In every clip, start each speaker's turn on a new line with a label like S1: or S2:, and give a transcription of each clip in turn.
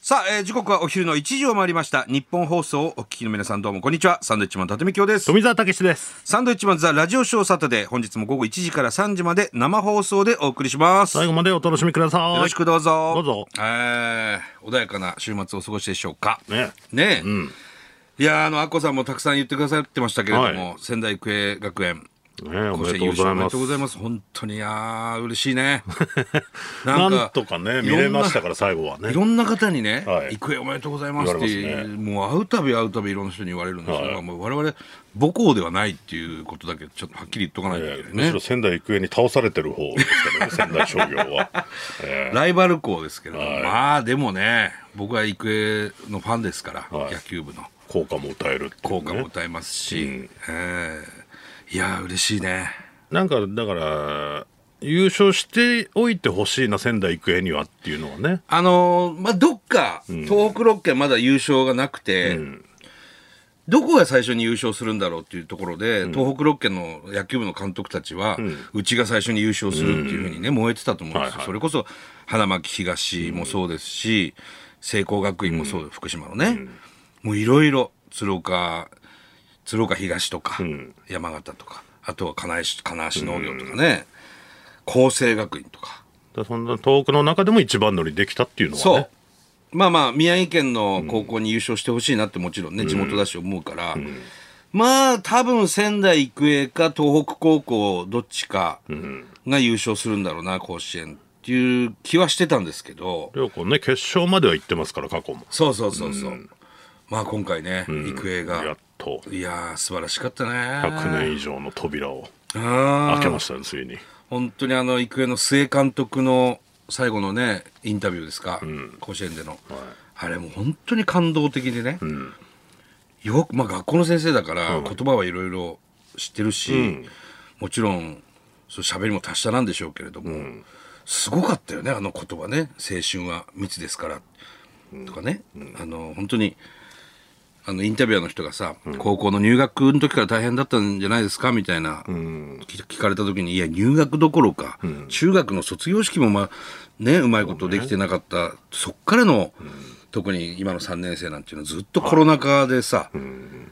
S1: さあ、えー時刻はお昼の1時を回りました。日本放送をお聞きの皆さんどうもこんにちは。サンドウィッチマン伊達美京です。
S2: 富澤たけしです。
S1: サンドウィッチマンザラジオショーサタデー。本日も午後1時から3時まで生放送でお送りします。
S2: 最後までお楽しみください。
S1: よろしくどうぞ。
S2: どうぞ
S1: えー穏やかな週末をお過ごしでしょうか。
S2: ね。
S1: ねえ。いやーあの、アッコさんもたくさん言ってくださってましたけれども、
S2: は
S1: 仙台育英学園。
S2: ねお
S1: 甲子園
S2: めでと
S1: 優
S2: うご
S1: 勝お
S2: ざ
S1: め
S2: い
S1: で
S2: ま
S1: と
S2: す
S1: う。ございます。本当に、あー、嬉しい ね。
S2: な
S1: か
S2: んとかね、見れましたから最後はいね。
S1: ろんな方にね、
S2: はい
S1: 育英おめでとうございますって
S2: 言われます
S1: もう会うたび会うたびいろんな人に言われるんですけど、
S2: はい
S1: もう我々母校ではないっていうことだけちょっとはっきり言っとかないとい
S2: え
S1: け
S2: えむ
S1: ないね
S2: しろ。仙台育英に倒されてる方です からね、仙台商業は。え
S1: ライバル校ですけど、
S2: はい
S1: まあでもね、僕は育英のファンですから、
S2: はい
S1: 野球部の
S2: え効果も歌えるってい
S1: 効
S2: う
S1: 果も
S2: ね。
S1: 歌えますし、ええいやー嬉しいね。
S2: なんか、だから、優勝しておいてほしいな、仙台育英にはっていうのはね。
S1: あのーまあどっか東北6県まだ優勝がなくて、どこが最初に優勝するんだろうっていうところで、東北6県の野球部の監督たちは、うちが最初に優勝するっていうふうにね、燃えてたと思うんですよ、
S2: はいはい
S1: それこそ花巻東もそうですし聖光学院もそう、福島のね、もういろいろ鶴岡鶴岡東とか、山形とかあとは金石金足農業とかね、厚生学院とか。
S2: だからそんな遠くの中でも一番乗りできたっていうの
S1: そ
S2: は
S1: う
S2: ね。。
S1: まあまあ、宮城県の高校に優勝してほしいなってもちろんね、地元だし思うから、まあ、多分仙台育英か東北高校どっちかが優勝するんだろうな、甲子園っていう気はしてたんですけど、
S2: 両校ね、決勝までは行ってますから、過去も。
S1: そうそうそうそう。まあ今回ね、育英
S2: や
S1: が
S2: っ。と、
S1: いやー、素晴らしかったね。
S2: 100年以上の扉を
S1: あ
S2: 開け
S1: ー
S2: ましたね、ついに。
S1: 本当にあの、育英の須江監督の最後のね、インタビューですか、甲子園での。あれも本当に感動的でね。
S2: うん。
S1: よく、まあ、学校の先生だから言葉はいろいろ知ってるし、
S2: ん
S1: もちろんそう喋りも達者なんでしょうけれども、
S2: ん
S1: すごかったよねあの言葉ね「青春は密ですから」とかね、あの本当にあのインタビュアーの人がさ、高校の入学の時から大変だったんじゃないですかみたいな、聞聞かれた時にいや入学どころか、中学の卒業式も、まあね、うまいことできてなかったそ,、っからの、特に今の3年生なんていうのはずっとコロナ禍でさ、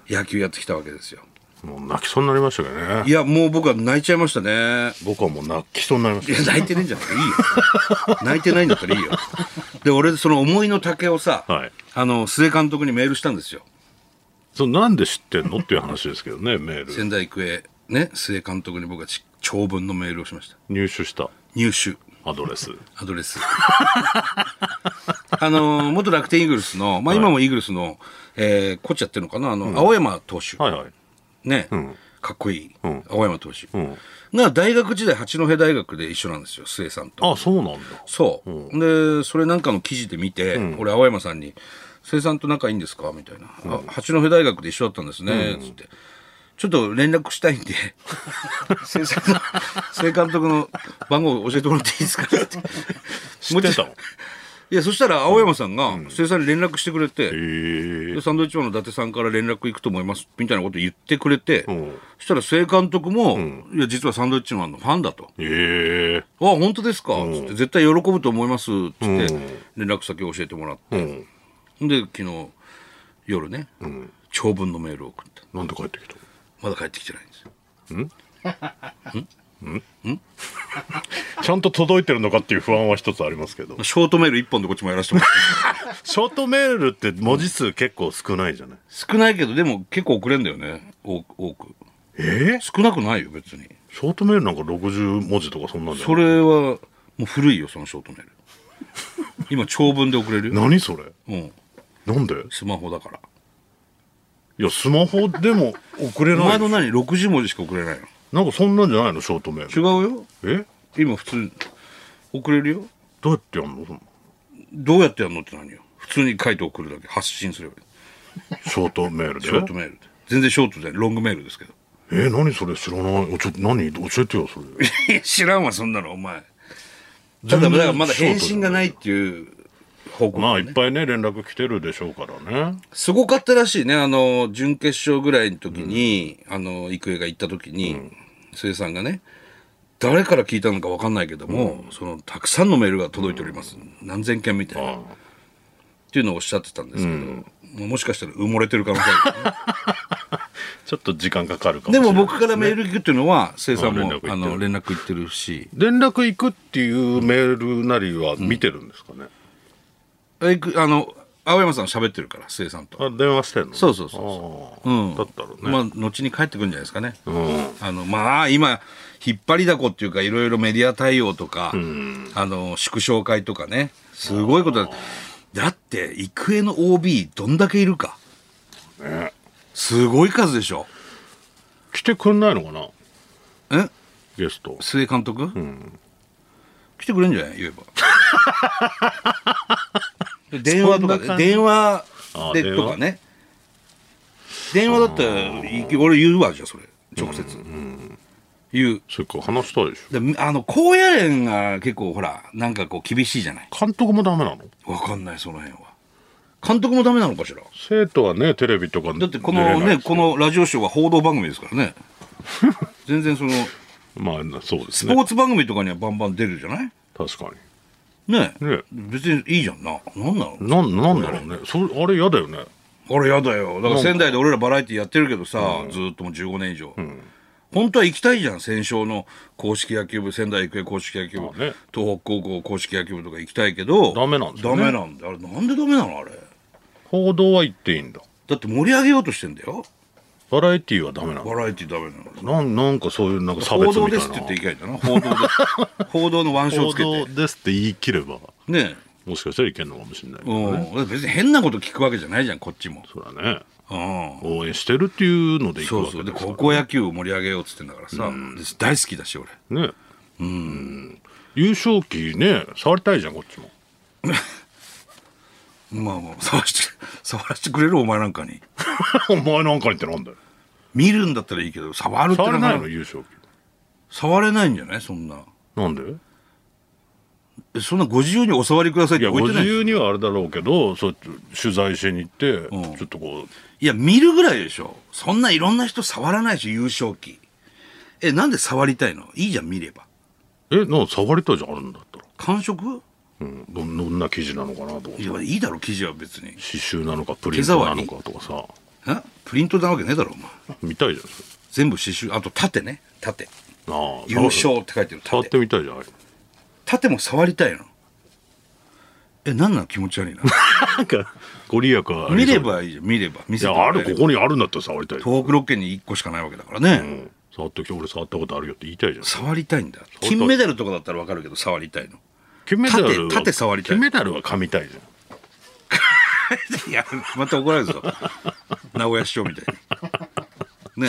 S1: 野球やってきたわけですよ。
S2: もう泣きそうになりましたけどね
S1: い。やもう僕は泣いちゃいましたね。
S2: 僕はもう泣きそうになりま
S1: い
S2: し
S1: や泣いてねえんじゃなくていいよ 泣いてないんだったらいいよで俺その思いの丈をさ、
S2: た。はい。
S1: あの須江監督にメールしたんですよ
S2: そうなんで知ってんのっていう話ですけどね、メール。
S1: 仙台育英ね須江監督に僕はち長文のメールをしました
S2: 入手した
S1: 入手
S2: アドレス。
S1: アドレスあの元楽天イーグルスの、まあ、今もイーグルスの、えーこっちやってるのかなあの、青山投手、
S2: はいはい。
S1: ね、かっこいい、
S2: ん
S1: 青山投手、
S2: うん。
S1: が大学時代八戸大学で一緒なんですよ須江さんと
S2: あ、そうなんだ。
S1: そう、でそれなんかの記事で見て、俺青山さんに「生産と仲いいんですか?」みたいな、あ八戸大学で一緒だったんですね」つって。ちょっと連絡したいん で、生産の、生監督の番号教えてもらっていいですかって。
S2: 知ってたの。へ
S1: いや、そしたら青山さんが、生産に連絡してくれて、
S2: え
S1: でサンドウィッチマンの伊達さんから連絡行くと思います、みたいなこと言ってくれて、
S2: ん
S1: そしたら生監督も、いや、実はサンドウィッチマンのファンだと。
S2: え
S1: あ、
S2: え
S1: 本当ですか、つって、絶対喜ぶと思います。つって、
S2: ん
S1: 連絡先教えてもらって。
S2: うん。
S1: で、昨日、夜ね、長文のメールを送った。
S2: なんで帰ってきた
S1: まだ帰ってきてないんですよ。
S2: のちゃんと届いてるのかっていう不安は一つありますけど。
S1: ショートメール一本でこっちもやらせてもらって。
S2: ショートメールって文字数結構少ないじゃない
S1: 少ないけど、でも結構送れんだよね。多多く。
S2: ええ
S1: 少なくないよ、別に。
S2: ショートメールなんか60文字とかそんなんじゃ
S1: そ
S2: ない
S1: れは、もう古いよ、そのショートメー ル。今、長文で送れるよ。
S2: 何それ
S1: うん。
S2: なんで
S1: スマホだから。
S2: いや、スマホでも送れ
S1: お
S2: な
S1: 前
S2: い
S1: の。何 ?60 文字しか送れないの
S2: なんかそんなんじゃないのショートメー
S1: 違
S2: ル。
S1: うよ。
S2: え
S1: 今、普通に、送れるよ。
S2: どうやってやんのその
S1: どうやってやるのって何よ普通に書いて送るだけ発信すればいい
S2: ショートメールで。
S1: ショートメールで全然ショートじゃないロングメールですけど
S2: えー、何それ知らない。おちょっと何教えてよ、 それ。
S1: いや知らんわそんなのお前ただだからまだ返信がないっていう報告、
S2: まあ、いっぱいね、連絡来てるでしょうからね。
S1: すごかったらしいねあの準決勝ぐらいの時に、あの育英が行った時に、末さんがね誰から聞いたのか分かんないけども、そのたくさんのメールが届いております、何千件みたいな
S2: あ
S1: っていうのをおっしゃってたんですけど、もうもしかしたら埋もれてる可能性ある、
S2: ちょっと時間かかるかもし
S1: で
S2: れない
S1: も僕からメール行くっていうのは生産も
S2: あ連絡行ってる
S1: あの連絡行ってるし
S2: 連絡行くっていうメールなりは見てるんですかね、
S1: あ行くあの青山さん喋ってるから生産と
S2: あ電話してんの
S1: そうそうそ
S2: あー
S1: うん
S2: だったろうね、
S1: まあ後に帰ってくるんじゃないですかね
S2: うん
S1: あのまあ今引っ張りだこっていうかいろいろメディア対応とか、あの縮小会とかねすごいことだだって育英の OB どんだけいるか
S2: ね
S1: すごい数でしょ
S2: 来てくんないのかな
S1: え
S2: ゲスト
S1: 須江監督、来てくれんじゃない言え ばで電話とか
S2: そんな感
S1: ね
S2: じ
S1: 電話
S2: あ
S1: で
S2: 電話
S1: とかね電話だったらい俺言うわじゃあそれ直接、言う
S2: それから話したいでしょ
S1: であの高野連が結構ほらなんかこう厳しいじゃない
S2: 監督もダメなの
S1: わかんないその辺は監督もダメなのかしら
S2: 生徒はねテレビとか
S1: だってこのねこのラジオショーは報道番組ですから ね全然その
S2: まあそうです
S1: ス
S2: ね
S1: ポーツ番組とかにはバンバン出るじゃない
S2: 確か
S1: ね
S2: にね
S1: 別にいいじゃんななんなの
S2: なんなんだろうねそれあれ嫌だよね
S1: あれやだよだから仙台で俺らバラエティやってるけどさ、ずーっともう15年以上、本当は行きたいじゃん戦勝の公式野球部仙台育英公式野球部、
S2: まあね
S1: 東北高校公式野球部とか行きたいけど
S2: ダメなんですよ
S1: ダ
S2: ね
S1: メなんだあれなんでダメなのあれ
S2: 報道は言っていいんだ
S1: だって盛り上げようとしてんだよ
S2: バラエティーはダメなの
S1: バラエティダメなの
S2: なんなんかそういうなんか差別
S1: 報
S2: みたいな
S1: 道ですって言っていけばいいんだな報道です報道の腕章つけ
S2: 報
S1: て
S2: 道ですって言い切れば
S1: ね
S2: もしかしたらいけんのかもしれないけ
S1: え、う
S2: どね、
S1: ん、だって別に変なこと聞くわけじゃないじゃんこっちも、
S2: そりゃね
S1: うん、
S2: 応援してるっていうのでいく
S1: そ
S2: わ
S1: う
S2: け
S1: そうで
S2: ですから
S1: 高校野球を盛り上げようっつってんだからさ、で大好きだし俺
S2: ねうん優勝旗ね触りたいじゃんこっちも
S1: まあまあ触して 触らせてくれるお前なんかに
S2: お前なんかにってなんだよ
S1: 見るんだったらいいけど触るって
S2: 触れ
S1: なか
S2: な
S1: ないか
S2: の優勝旗
S1: 触れないんじゃないそんな
S2: なんで
S1: えそんなご自由にお触りくださいっ
S2: い
S1: て
S2: や
S1: 置い
S2: ご
S1: てな
S2: 自
S1: いいや
S2: 由にはあれだろうけどそう取材しに行って、
S1: ん
S2: ちょっとこ
S1: 見るぐらいでしょそんないろんな人触らないし優勝旗えなんで触りたいのいいじゃん見れば
S2: うえなんか触りたいじゃんあるんだったら、
S1: 感触
S2: うん、どんどんな記事なのかなとか
S1: いやいいだろ記事は別に
S2: 刺繍なのかプリントなのかとか
S1: え
S2: さ
S1: プリントなわけねえだろお前
S2: 見たいじゃんそれ
S1: 全部刺繍あと縦ね縦
S2: ああ
S1: 優勝って書いてる
S2: 触っ
S1: 縦
S2: てみたいじゃんあれ
S1: 縦も触りたいのえなんなの気持ち悪いな
S2: なんかご利益はあ
S1: 見
S2: りそう
S1: ればいいじゃん見れば見
S2: い
S1: せても
S2: や
S1: ら
S2: あ
S1: えれば
S2: るここにあるんだったら触りたい
S1: 東北六県に1個しかないわけだから
S2: う
S1: ね、
S2: ん触ってきて俺触ったことあるよって言いたいじゃん
S1: 触りたいんだ金メダルとかだったら分かるけど触りたいの
S2: 金メダルは
S1: 縦縦触りたい
S2: 金メダルは噛みたいじゃん
S1: いやまた怒られるぞ名古屋市長みたい にね、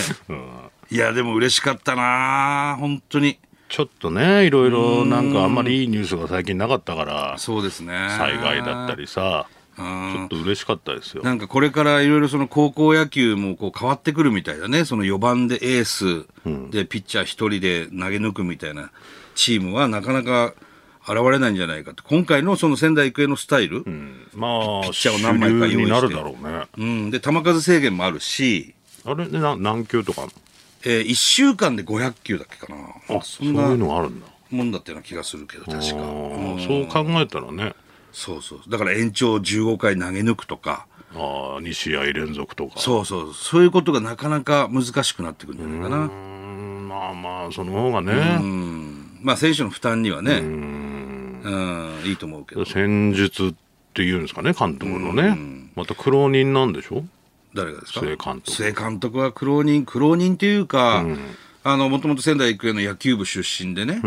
S1: いやでも嬉しかったな本当に
S2: ちょっとねいろいろなんかあんまりいいニュースが最近なかったから
S1: そうですね
S2: 災害だったりさちょっと嬉しかったですよ
S1: なんかこれからいろいろその高校野球もこう変わってくるみたいだねその4番でエースでピッチャー1人で投げ抜くみたいなチームはなかなか現れないんじゃないかと今回のその仙台育英のスタイル、
S2: まあ
S1: ッチ
S2: 主
S1: ャーを何枚か用意して
S2: 流になるだろうね
S1: うん、で球数制限もあるし、
S2: あれねな何球とかあんの
S1: え1週間で500球だっけかな
S2: あ
S1: そ
S2: そ
S1: ん
S2: うい
S1: な
S2: うのがあるんだ
S1: もんだったような気がするけど確
S2: あ
S1: か
S2: ーそう考えたらね
S1: そうそうだから延長15回投げ抜くとか
S2: あ2試合連続とか
S1: そうそうそういうことがなかなか難しくなってくるんじゃないかな
S2: うーんまあまあその方がね
S1: まあ選手の負担にはねうんいいと思うけど
S2: 戦術っていうんですかね監督のねまた苦労人なんでしょ
S1: 誰がですか
S2: 須江監督
S1: 須江監督は苦労人苦労人というか、あのもともと仙台育英の野球部出身でね、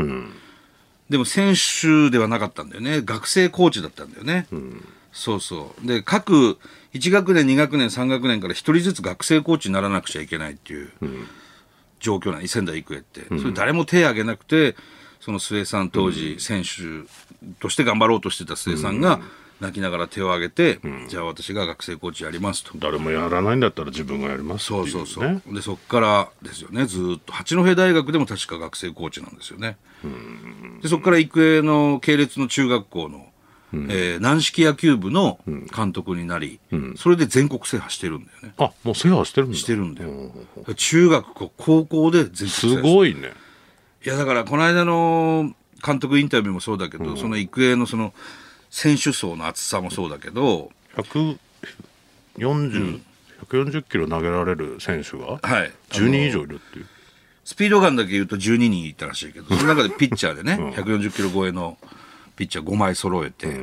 S1: でも選手ではなかったんだよね学生コーチだったんだよね、そうそうで各1学年2学年3学年から1人ずつ学生コーチにならなくちゃいけないっていう状況なんで仙台育英って、それ誰も手を挙げなくてその末さん当時選手として頑張ろうとしてた末さんが泣きながら手を挙げて、じゃあ私が学生コーチやりますと
S2: 誰もやらないんだったら自分がやりますってい
S1: そう
S2: ね
S1: そうそう、でそこからですよねずーっと八戸大学でも確か学生コーチなんですよねでそこから育英の系列の中学校の、えー軟式野球部の監督になり、それで全国制覇してるんだよね
S2: あもう制覇してるんだ
S1: してるんだよ、中学校高校で全国制覇して
S2: す
S1: る
S2: ごいね
S1: いやだからこの間の監督インタビューもそうだけど、その育英のその選手層の厚さもそうだけど
S2: 140 140キロ投げられる選手が
S1: はい
S2: 10人以上いるっていう、
S1: スピードガンだけ言うと12人いたらしい けどその中でピッチャーでね、140キロ超えのピッチャー5枚揃えて、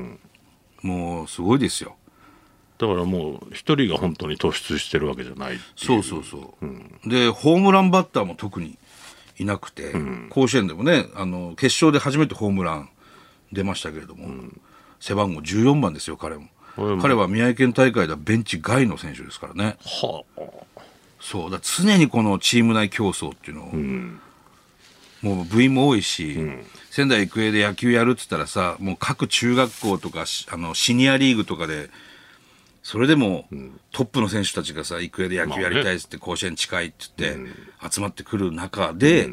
S1: もうすごいですよ
S2: だからもう一人が本当に突出してるわけじゃないっていう
S1: そうそうそう、でホームランバッターも特にいなくて、甲子園でもねあの決勝で初めてホームラン出ましたけれども、背番号14番ですよ彼も
S2: これも
S1: 彼は宮城県大会ではベンチ外の選手ですからね
S2: はあ
S1: そうだ常にこのチーム内競争っていうのを、もう部員も多いし、仙台育英で野球やるって言ったらさもう各中学校とかしあのシニアリーグとかでそれでもトップの選手たちがさ育英で野球やりたいっつって甲子園近いって言って集まってくる中で、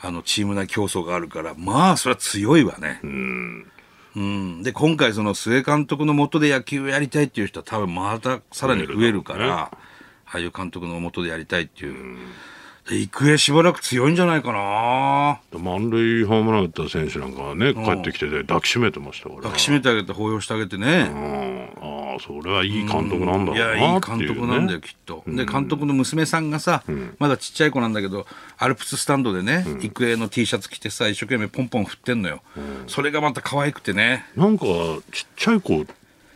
S1: あのチーム内競争があるからまあそれは強いわね。うんで今回その須江監督の下で野球をやりたいっていう人は多分またさらに増えるから、ああいう監督の下でやりたいっていう、で育英しばらく強いんじゃないかな
S2: 満塁ホームラン打った選手なんかはね帰ってきてて抱きしめてましたから
S1: 抱きしめてあげて抱擁してあげてね、
S2: うんああそれはいい監督なんだ
S1: いや
S2: ろう
S1: い
S2: ないっていう、ね、
S1: 監督なんだよきっと、で監督の娘さんがさ、まだちっちゃい子なんだけどアルプススタンドでね、育英の T シャツ着てさ一生懸命ポンポン振ってんのよ、それがまた可愛くてね
S2: なんかちっちゃい子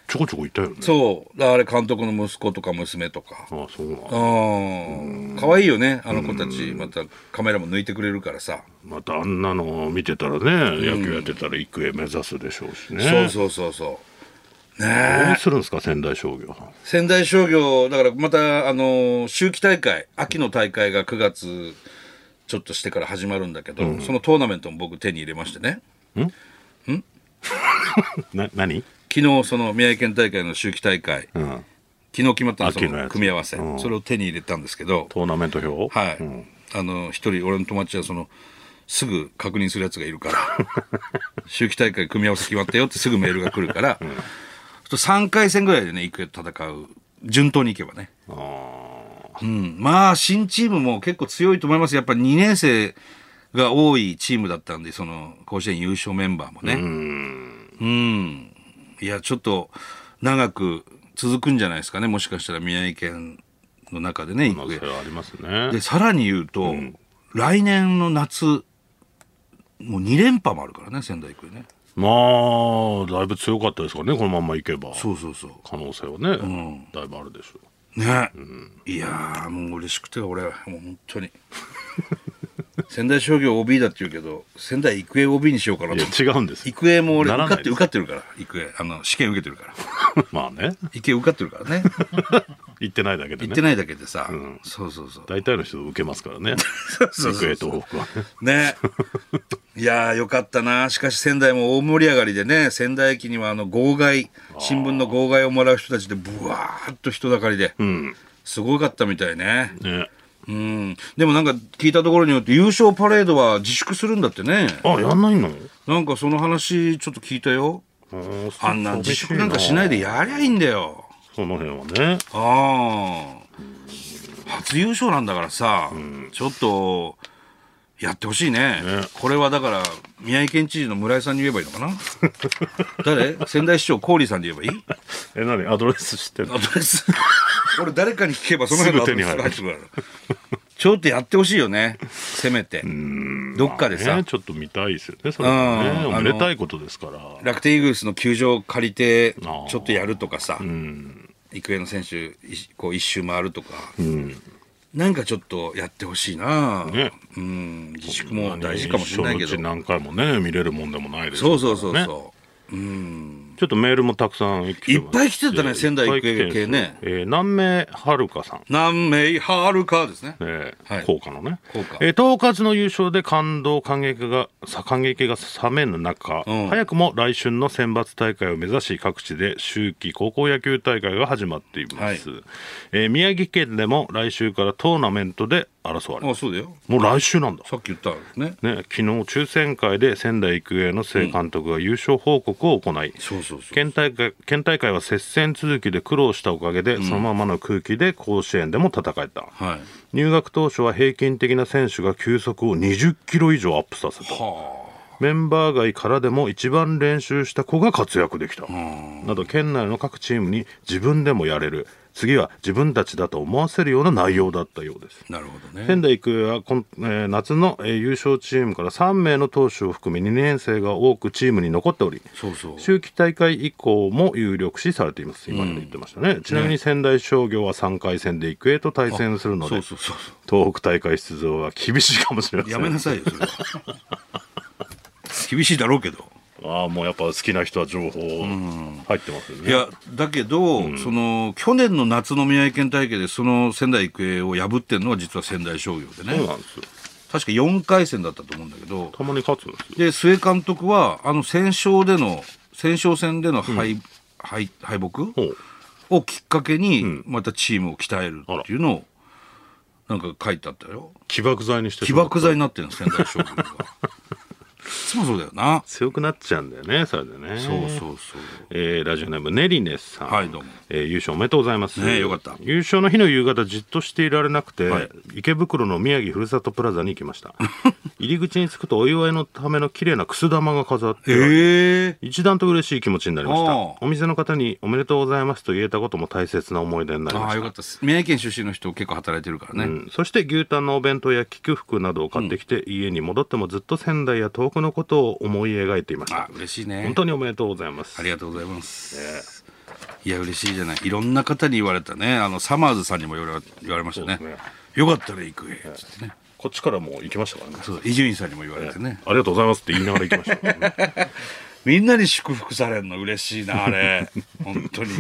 S2: ちょこちょこいたよね
S1: そうだからあれ監督の息子とか娘とか
S2: ああそうなんだ
S1: うん可愛いよねあの子たちまたカメラも抜いてくれるからさ、
S2: またあんなのを見てたらね野球やってたら育英目指すでしょうしね、
S1: そうそうそうそうねえ
S2: どうするんですか仙台商業
S1: 仙台商業だからまたあの秋季大会秋の大会が9月ちょっとしてから始まるんだけど、そのトーナメントも僕手に入れましてね
S2: な何、
S1: 昨日その宮城県大会の秋季大会
S2: うん、
S1: 昨日決まったのそ
S2: 秋のや
S1: の
S2: つ
S1: 組み合わせ、
S2: うん
S1: それを手に入れたんですけど
S2: トーナメント表
S1: はい、
S2: うん
S1: あの一人俺の友達はそのすぐ確認するやつがいるから 秋季大会組み合わせ決まったよってすぐメールが来るから、と3回戦ぐらいでね行くと戦う順当にいけばね
S2: あー
S1: うんまあ新チームも結構強いと思いますやっぱ2年生が多いチームだったんでその甲子園優勝メンバーもねうんいやちょっと長く続くんじゃないですかねもしかしたら宮城県の中でね
S2: まあ
S1: 行く
S2: それはありますね
S1: でさらに言うと、来年の夏もう2連覇もあるからね仙台育英ね
S2: まあだいぶ強かったですからねこのまんまいけば
S1: そうそうそう
S2: 可能性はね、だいぶあるでしょう
S1: ね、いやーもう嬉しくて俺はもう本当に 仙台商業 OB だって言うけど仙台育英 OB にしようかないと
S2: や違うんですよ
S1: 育英も俺
S2: なら
S1: 受
S2: な
S1: か
S2: い
S1: って受かってるから育英あの試験受けてる から
S2: まあね
S1: 育英受かってるからね
S2: 行ってないだけで
S1: 行
S2: ね
S1: ってないだけでさ、そうそうそう
S2: 大体の人受けますからね
S1: そうそう
S2: 育英と北北はね
S1: ねいやーよかったなしかし仙台も大盛り上がりでね仙台駅にはあの号外新聞の号外をもらう人たちでブワーッと人だかりで、すごかったみたいね
S2: ね
S1: うん、でもなんか聞いたところによって優勝パレードは自粛するんだってね
S2: あやんないの
S1: なんかその話ちょっと聞いたよあんな自粛なんかしないでやりゃいいんだよ
S2: その辺はね
S1: ああ初優勝なんだからさ、ちょっとやってほしいね
S2: ね
S1: これはだから宮城県知事の村井さんに言えばいいのかな 誰仙台市長郡さんで言えばいい
S2: え何アドレス知ってんの
S1: アドレ ス俺誰かに聞けばその辺のアドレスが入ってくるからちょっとやってほしいよねせめてどっかでさ、
S2: ねちょっと見たいですよねそれはね
S1: うん
S2: おめでたいことですから
S1: 楽天イーグルスの球場借りて
S2: あー
S1: ちょっとやるとかさ、育英の選手いこう一周回るとか、なんかちょっとやってほしいな、
S2: ね
S1: うん自粛も大事かもしれないけ
S2: 一生のうち
S1: ど
S2: 何回もね見れるもんでもないです
S1: そうそうそう
S2: ね
S1: そ
S2: ちょっとメールもたくさんい
S1: いっぱい来てたね仙台育英系ね
S2: えー南明はるかさん
S1: う南明はるかですね
S2: えー
S1: はい
S2: 効果のね
S1: 効果
S2: えー東葛の優勝で感動感激がさ感激が冷めぬ中、
S1: うん
S2: 早くも来春の選抜大会を目指し各地で秋季高校野球大会が始まっています、えー宮城県でも来週からトーナメントで争われ
S1: あ
S2: ます
S1: そうだよ
S2: もう来週なんだ
S1: さっき言ったね
S2: ね、昨日抽選会で仙台育英の正監督が優勝報告を行い、
S1: そうそうそう
S2: 県大会県大会は接戦続きで苦労したおかげで、そのままの空気で甲子園でも戦えた
S1: はい
S2: 入学当初は平均的な選手が球速を20キロ以上アップさせた、
S1: は
S2: メンバー外からでも一番練習した子が活躍できたなど県内の各チームに自分でもやれる次は自分たちだと思わせるような内容だったようです
S1: なるほどね。
S2: 仙台育英は今、えー夏の、えー優勝チームから3名の投手を含め2年生が多くチームに残っており
S1: そうそう。
S2: 秋季大会以降も有力視されています今まで言ってましたね、ちなみに仙台商業は3回戦で育英と対戦するの
S1: そ
S2: で
S1: うそうそうそ
S2: 東北大会出場は厳しいかもしれま
S1: う。
S2: せん
S1: やめなさいよ、それは。 厳しいだろうけど。
S2: ああもうやっぱ好きな人は情報入ってますよね、
S1: いや、だけど、その、去年の夏の宮城県大会で、その仙台育英を破ってるのは実は仙台商業でね。
S2: そうなんですよ
S1: 確か4回戦だったと思うんだけど、
S2: たまに勝つんですよ
S1: で、須江監督は、あの、戦勝での、戦勝戦での敗、敗敗北
S2: ほう
S1: をきっかけに、またチームを鍛える
S2: あら
S1: っていうのを、なんか書いてあったよ。
S2: 起爆剤にして
S1: 起
S2: しまった
S1: 爆剤になってるんです、仙台商業 が。いつもそうだよな。
S2: 強くなっちゃうんだよねそれでね
S1: そうそうそう。
S2: えーラジオネームねりねさん、
S1: はいどうも
S2: えー優勝おめでとうございます、
S1: ねえよかった
S2: 優勝の日の夕方じっとしていられなくて、
S1: はい
S2: 池袋の宮城ふるさとプラザに行きました 入り口に着くとお祝いのための綺麗なくす玉が飾ってあり
S1: ええ
S2: 一段と嬉しい気持ちになりまし
S1: あ
S2: た
S1: あ
S2: お店の方に「おめでとうございます」と言えたことも大切な思い出になり
S1: あ
S2: ま
S1: あ、
S2: し
S1: よ
S2: た
S1: かったです。宮城県出身の人結構働いてるからね。
S2: うんそして牛タンのお弁当や貴婦服などを買ってきて、家に戻ってもずっと仙台や遠くのことを思い描いていまし
S1: あ
S2: た、
S1: 嬉しいね
S2: 本。当におめでとうございます
S1: ありがとうございます。いや、嬉しいじゃない。いろんな方に言われたね。あの、サマーズさんにも言われ言われましたね
S2: そうですね。
S1: よかったら行くえ。つってね。
S2: こっちからもう行きましたからね
S1: そう、伊集院さんにも言われてね。
S2: ありがとうございますって言いながら行きました からね、
S1: みんなに祝福されるの嬉しいな、あ れ。本当に。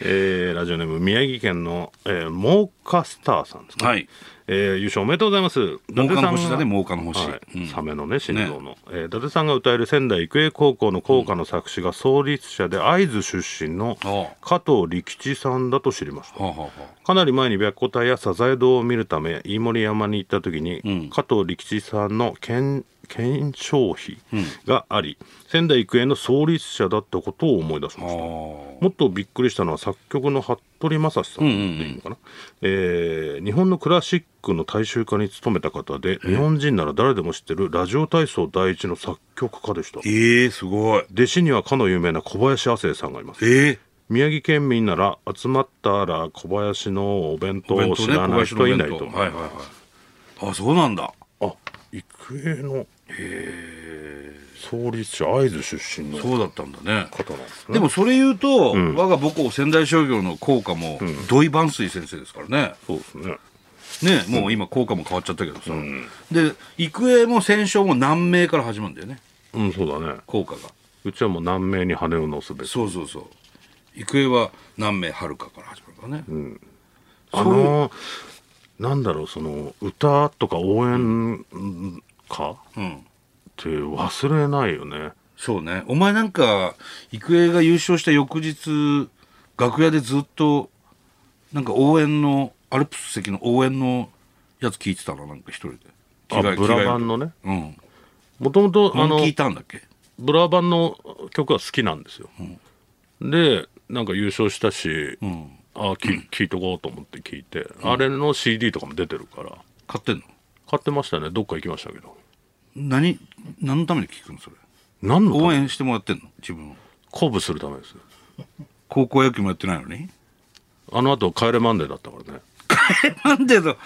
S2: えーラジオネーム宮城県の、えー、モーカスターさんですか、
S1: はい。
S2: えー優勝おめでとうございます
S1: 儲かの
S2: 伊達さ
S1: 星だ
S2: んが
S1: ね、儲かの星。
S2: は
S1: う
S2: い
S1: ん
S2: サメのね心臓の、えー伊達さんが歌える仙台育英高校の校歌の作詞が創立者で会津出身の
S1: あ
S2: 加藤力吉さんだと知りました
S1: はあはあはあ
S2: かなり前に白虎隊やサザエ堂を見るため飯盛山に行った時に、加藤力士さんの検検証費があり、仙台育英の創立者だったことを思い出しました
S1: あ
S2: もっとびっくりしたのは作曲の服部正史さんっていうのかな、えー日本のクラシックの大衆化に努めた方で日本人なら誰でも知ってるラジオ体操第一の作曲家でした
S1: ええ、すごい。
S2: 弟子にはかの有名な小林亜生さんがいます
S1: ええ。
S2: 宮城県民なら集まったら小林のお弁当
S1: お弁
S2: を
S1: 当
S2: 知
S1: ね、
S2: ら
S1: 小
S2: ない
S1: 林のお
S2: 人
S1: 弁
S2: いない
S1: 当
S2: と思う、
S1: はいはいはい。あ、そうなんだ。
S2: あ育英の創立者会津出身の
S1: そうだったんだね。
S2: 方なんですね
S1: でもそれ言うと、我が母校仙台商業の校歌も土井万水先生ですからね,、
S2: そうですね
S1: ねもう今校歌も変わっちゃったけどさ、で育英も戦勝も南明から始まるんだよね
S2: うんそうだね
S1: 校歌が
S2: うちはもう南明に羽を乗すべし
S1: そうそうそう育英は南明遥から始まるからね、
S2: あのーなんだろうその歌とか応援歌
S1: うん
S2: って忘れないよね
S1: そうねお前なんか育英が優勝した翌日楽屋でずっとなんか応援のアルプス席の応援のやつ聞いてたのなんか一人で
S2: あブラバン
S1: の
S2: のね
S1: うん
S2: もともとあ
S1: あの
S2: の
S1: 聞いたんだっけ
S2: ブラバンの曲は好きなんですよ、でなんか優勝したし、あき聞いとこうと思って聞いて、あれの CD とかも出てるから
S1: 買ってんの
S2: 買ってましたねどっか行きましたけど
S1: 何何のために聞くのそれ
S2: 何のため
S1: 応援してもらってんの自分を
S2: 鼓舞するためですよ
S1: 高校野球もやってないのに
S2: あのあと「帰れマンデー」だったからね
S1: なんでだ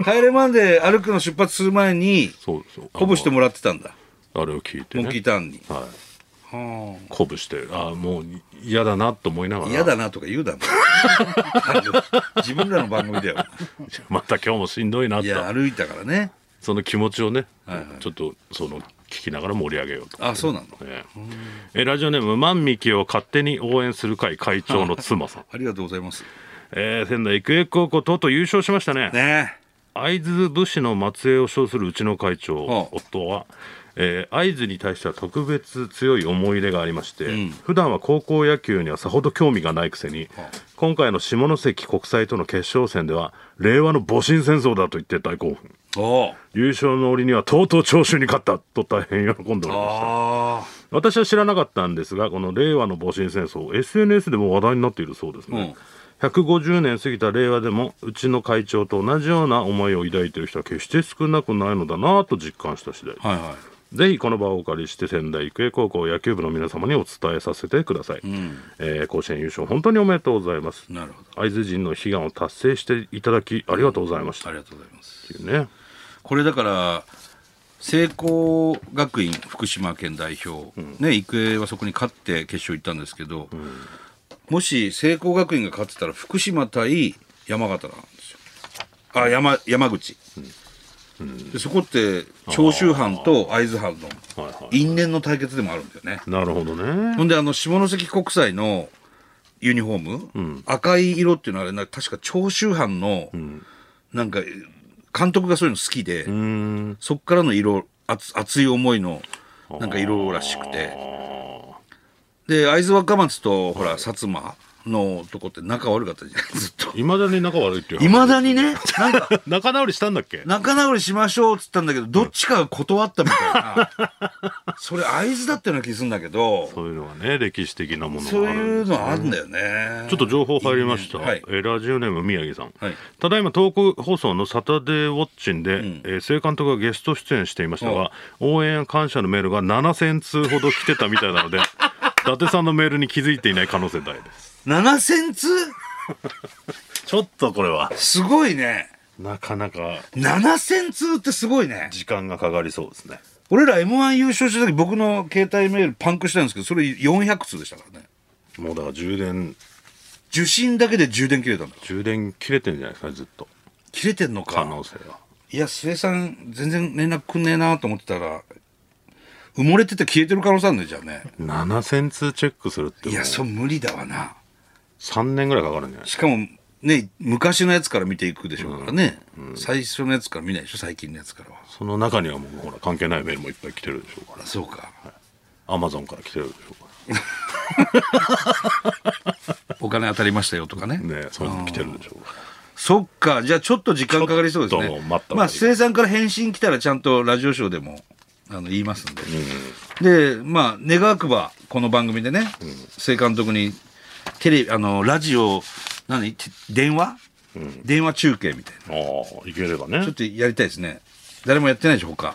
S1: あ帰れマンデー歩くの出発する前に
S2: そうそう
S1: 鼓舞して
S2: も
S1: もらってたんだ
S2: あれを聞いて
S1: モンキ
S2: ね
S1: ーターンに
S2: は
S1: は
S2: い鼓舞してあもう嫌だなと思いなが
S1: あ
S2: ら
S1: 嫌だなとか言うだもん 自分らの番組だよ
S2: また今日もしんどいないと
S1: や歩いたからね
S2: その気持ちをね、ちょっとその聞きながら盛り上げようと
S1: あそうなの
S2: えええラジオネーム万美キを勝手に応援する会会長の妻さん、
S1: ありがとうございます
S2: えー仙台育英高校とうとう優勝しましたね
S1: ね
S2: 会津武士の末裔を称するうちの会長、
S1: はあ
S2: 夫は、えー会津に対しては特別強い思い入れがありまして、普段は高校野球にはさほど興味がないくせに、今回の下関国際との決勝戦では令和の戊辰戦争だと言って大興奮
S1: えおう
S2: 優勝の折にはとうとう長州に勝ったと大変喜んでおりました
S1: あ
S2: 私は知らなかったんですがこの令和の戊辰戦争 SNS でも話題になっているそうですね、150年過ぎた令和でもうちの会長と同じような思いを抱いている人は決して少なくないのだなぁと実感した次第
S1: あはいはい
S2: ぜひこの場をお借りして仙台育英高校野球部の皆様にお伝えさせてください、えー甲子園優勝本当におめでとうございます
S1: なるほど
S2: 会津人の悲願を達成していただきありがとうございました、
S1: あ
S2: っ
S1: りがとうございます
S2: ていうね
S1: これだから聖光学院福島県代表、ね、育英はそこに勝って決勝行ったんですけど、もし聖光学院が勝ってたら福島対山形なんですよあ山山口、でそこって長州藩と会津藩の
S2: はいはい
S1: 因縁の対決でもあるんだよね
S2: なるほどね
S1: ほんであの下関国際のユニフォーム、赤い色っていうのはあれな確か長州藩の、なんか監督がそういうの好きで、
S2: うーん
S1: そっからの色熱熱い思いのなんか色らしくてで会津若松とほら薩摩のとこって仲悪かったじゃない ずっと
S2: いまだに仲悪いっていう
S1: いまだにねなんか
S2: 仲直りしたんだっけ
S1: 仲直りしましょうっつったんだけどどっちかが断ったみたい なそれ会津だったような気するんだけど
S2: そういうのがね歴史的なもの
S1: そう
S2: がある
S1: いうのあるんだよね
S2: ちょっと情報入りました。
S1: いいねはい
S2: えーラジオネーム宮城さん。
S1: はい
S2: ただいま東北放送のサタデーウォッチンで、えー正監督がゲスト出演していましたが、応援や感謝のメールが7000通ほど来てたみたいなので、伊 達さんのメールに気づいていない可能性大です。
S1: 7000通
S2: ちょっとこれは、
S1: すごいね
S2: なかなか
S1: 7000通ってすごいね
S2: 時間がかかりそうですね。
S1: 俺ら m 1優勝した時僕の携帯メールパンクしたんですけどそれ400通でしたからね
S2: もうだから充電、
S1: 受信だけで充電切れたんだ
S2: 充電切れてるんじゃないですかね、ずっと。
S1: 切れてんの
S2: 可
S1: か
S2: 能性は。
S1: いや末さん全然連絡くんねえなと思ってたら埋もれてて消えてる可能性あるねじゃあね
S2: 7000通チェックするって
S1: い
S2: もう
S1: やそう無理だわな
S2: 3年ぐらいかかるんじゃない
S1: しかもね昔のやつから見ていくでしょうからね、最初のやつから見ないでしょ最近のやつからは
S2: その中にはもうほら関係ないメールもいっぱい来てるでしょうから。
S1: そうか
S2: アマゾンから来てるでしょう
S1: お金当たりましたよとかね
S2: からねそういうの来てるでしょうか
S1: そっかじゃあちょっと時間かかりそうです
S2: ちょっ
S1: ね
S2: と待った方がいい
S1: まあ末さんから返信来たらちゃんとラジオショーでもあの言いますんで、で、まあ、願わくば、この番組でね、正監督に、テレビ、あの、ラジオ、何て電話、電話中継みたいな。
S2: らああいければね
S1: ちょっとやりたいですね。誰もやってないでしょ、他。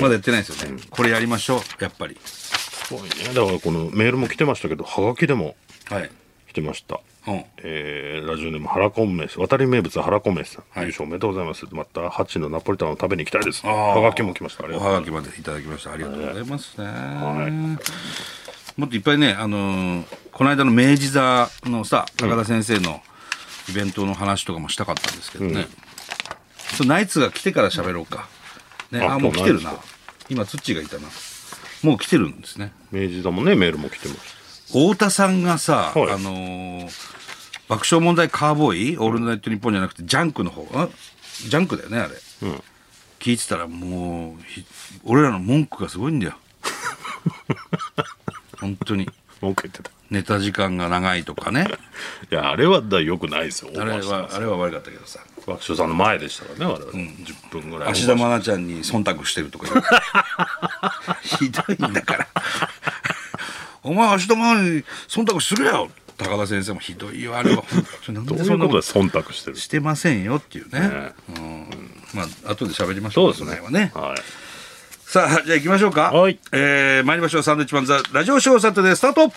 S1: まだやってないですよね。これやりましょう、やっぱり。
S2: すごいねだからこのメールも来てましたけどはがきでも
S1: はい。
S2: 来てました
S1: うん。
S2: えーラジオネーム原コンメス渡り名物原コンメスさん、
S1: い
S2: 優勝おめでとうございますまたハチのナポリタンを食べに行きたいです
S1: あー
S2: はがきも来ましたありが
S1: お
S2: とう
S1: はがきまでいただきました。ありがとうございますね。
S2: い
S1: もっといっぱいね、あのーこの間の明治座のさ、高田先生のイベントの話とかもしたかったんですけどね。そうナイツが来てから喋ろうか。ね、
S2: あ
S1: あ、もう来てるな
S2: ナイツ。
S1: 今、ツッチーがいたな。もう来てるんですね。
S2: 明治座もねメールも来てます
S1: 太田さんがさ、
S2: はい
S1: あのー爆笑問題カーボーイ、オールナイトニッポンじゃなくて、ジャンクの方、あジャンクだよね、あれ。
S2: ん
S1: 聞いてたら、もうひ、俺らの文句がすごいんだ よ。本当に。
S2: 文句言ってた
S1: 寝た時間が長いとかね。
S2: いやあれはだよくないですよ
S1: あ
S2: オー
S1: れ
S2: バーしてま
S1: は、
S2: す
S1: あれは悪かったけどさ。
S2: 爆笑さんの前でしたからね我々、10分ぐらい
S1: 芦田愛菜ちゃんに忖度してるとか 言うひどいんだから お前芦田愛菜に忖度するよ高田先生もひどいよあれ は本当になん
S2: どう
S1: で
S2: い
S1: そ
S2: うん
S1: なこ
S2: こ
S1: とと
S2: で忖度してる
S1: してませんよっていうね、
S2: ね
S1: うんまあ後で喋りまし
S2: そ
S1: ょ
S2: う
S1: う
S2: です
S1: こ
S2: ね
S1: の辺はね
S2: はい
S1: さあじゃあ行きましょうか
S2: はい
S1: えー参りましょうサンドウィッチマンザラジオショーサタでスタート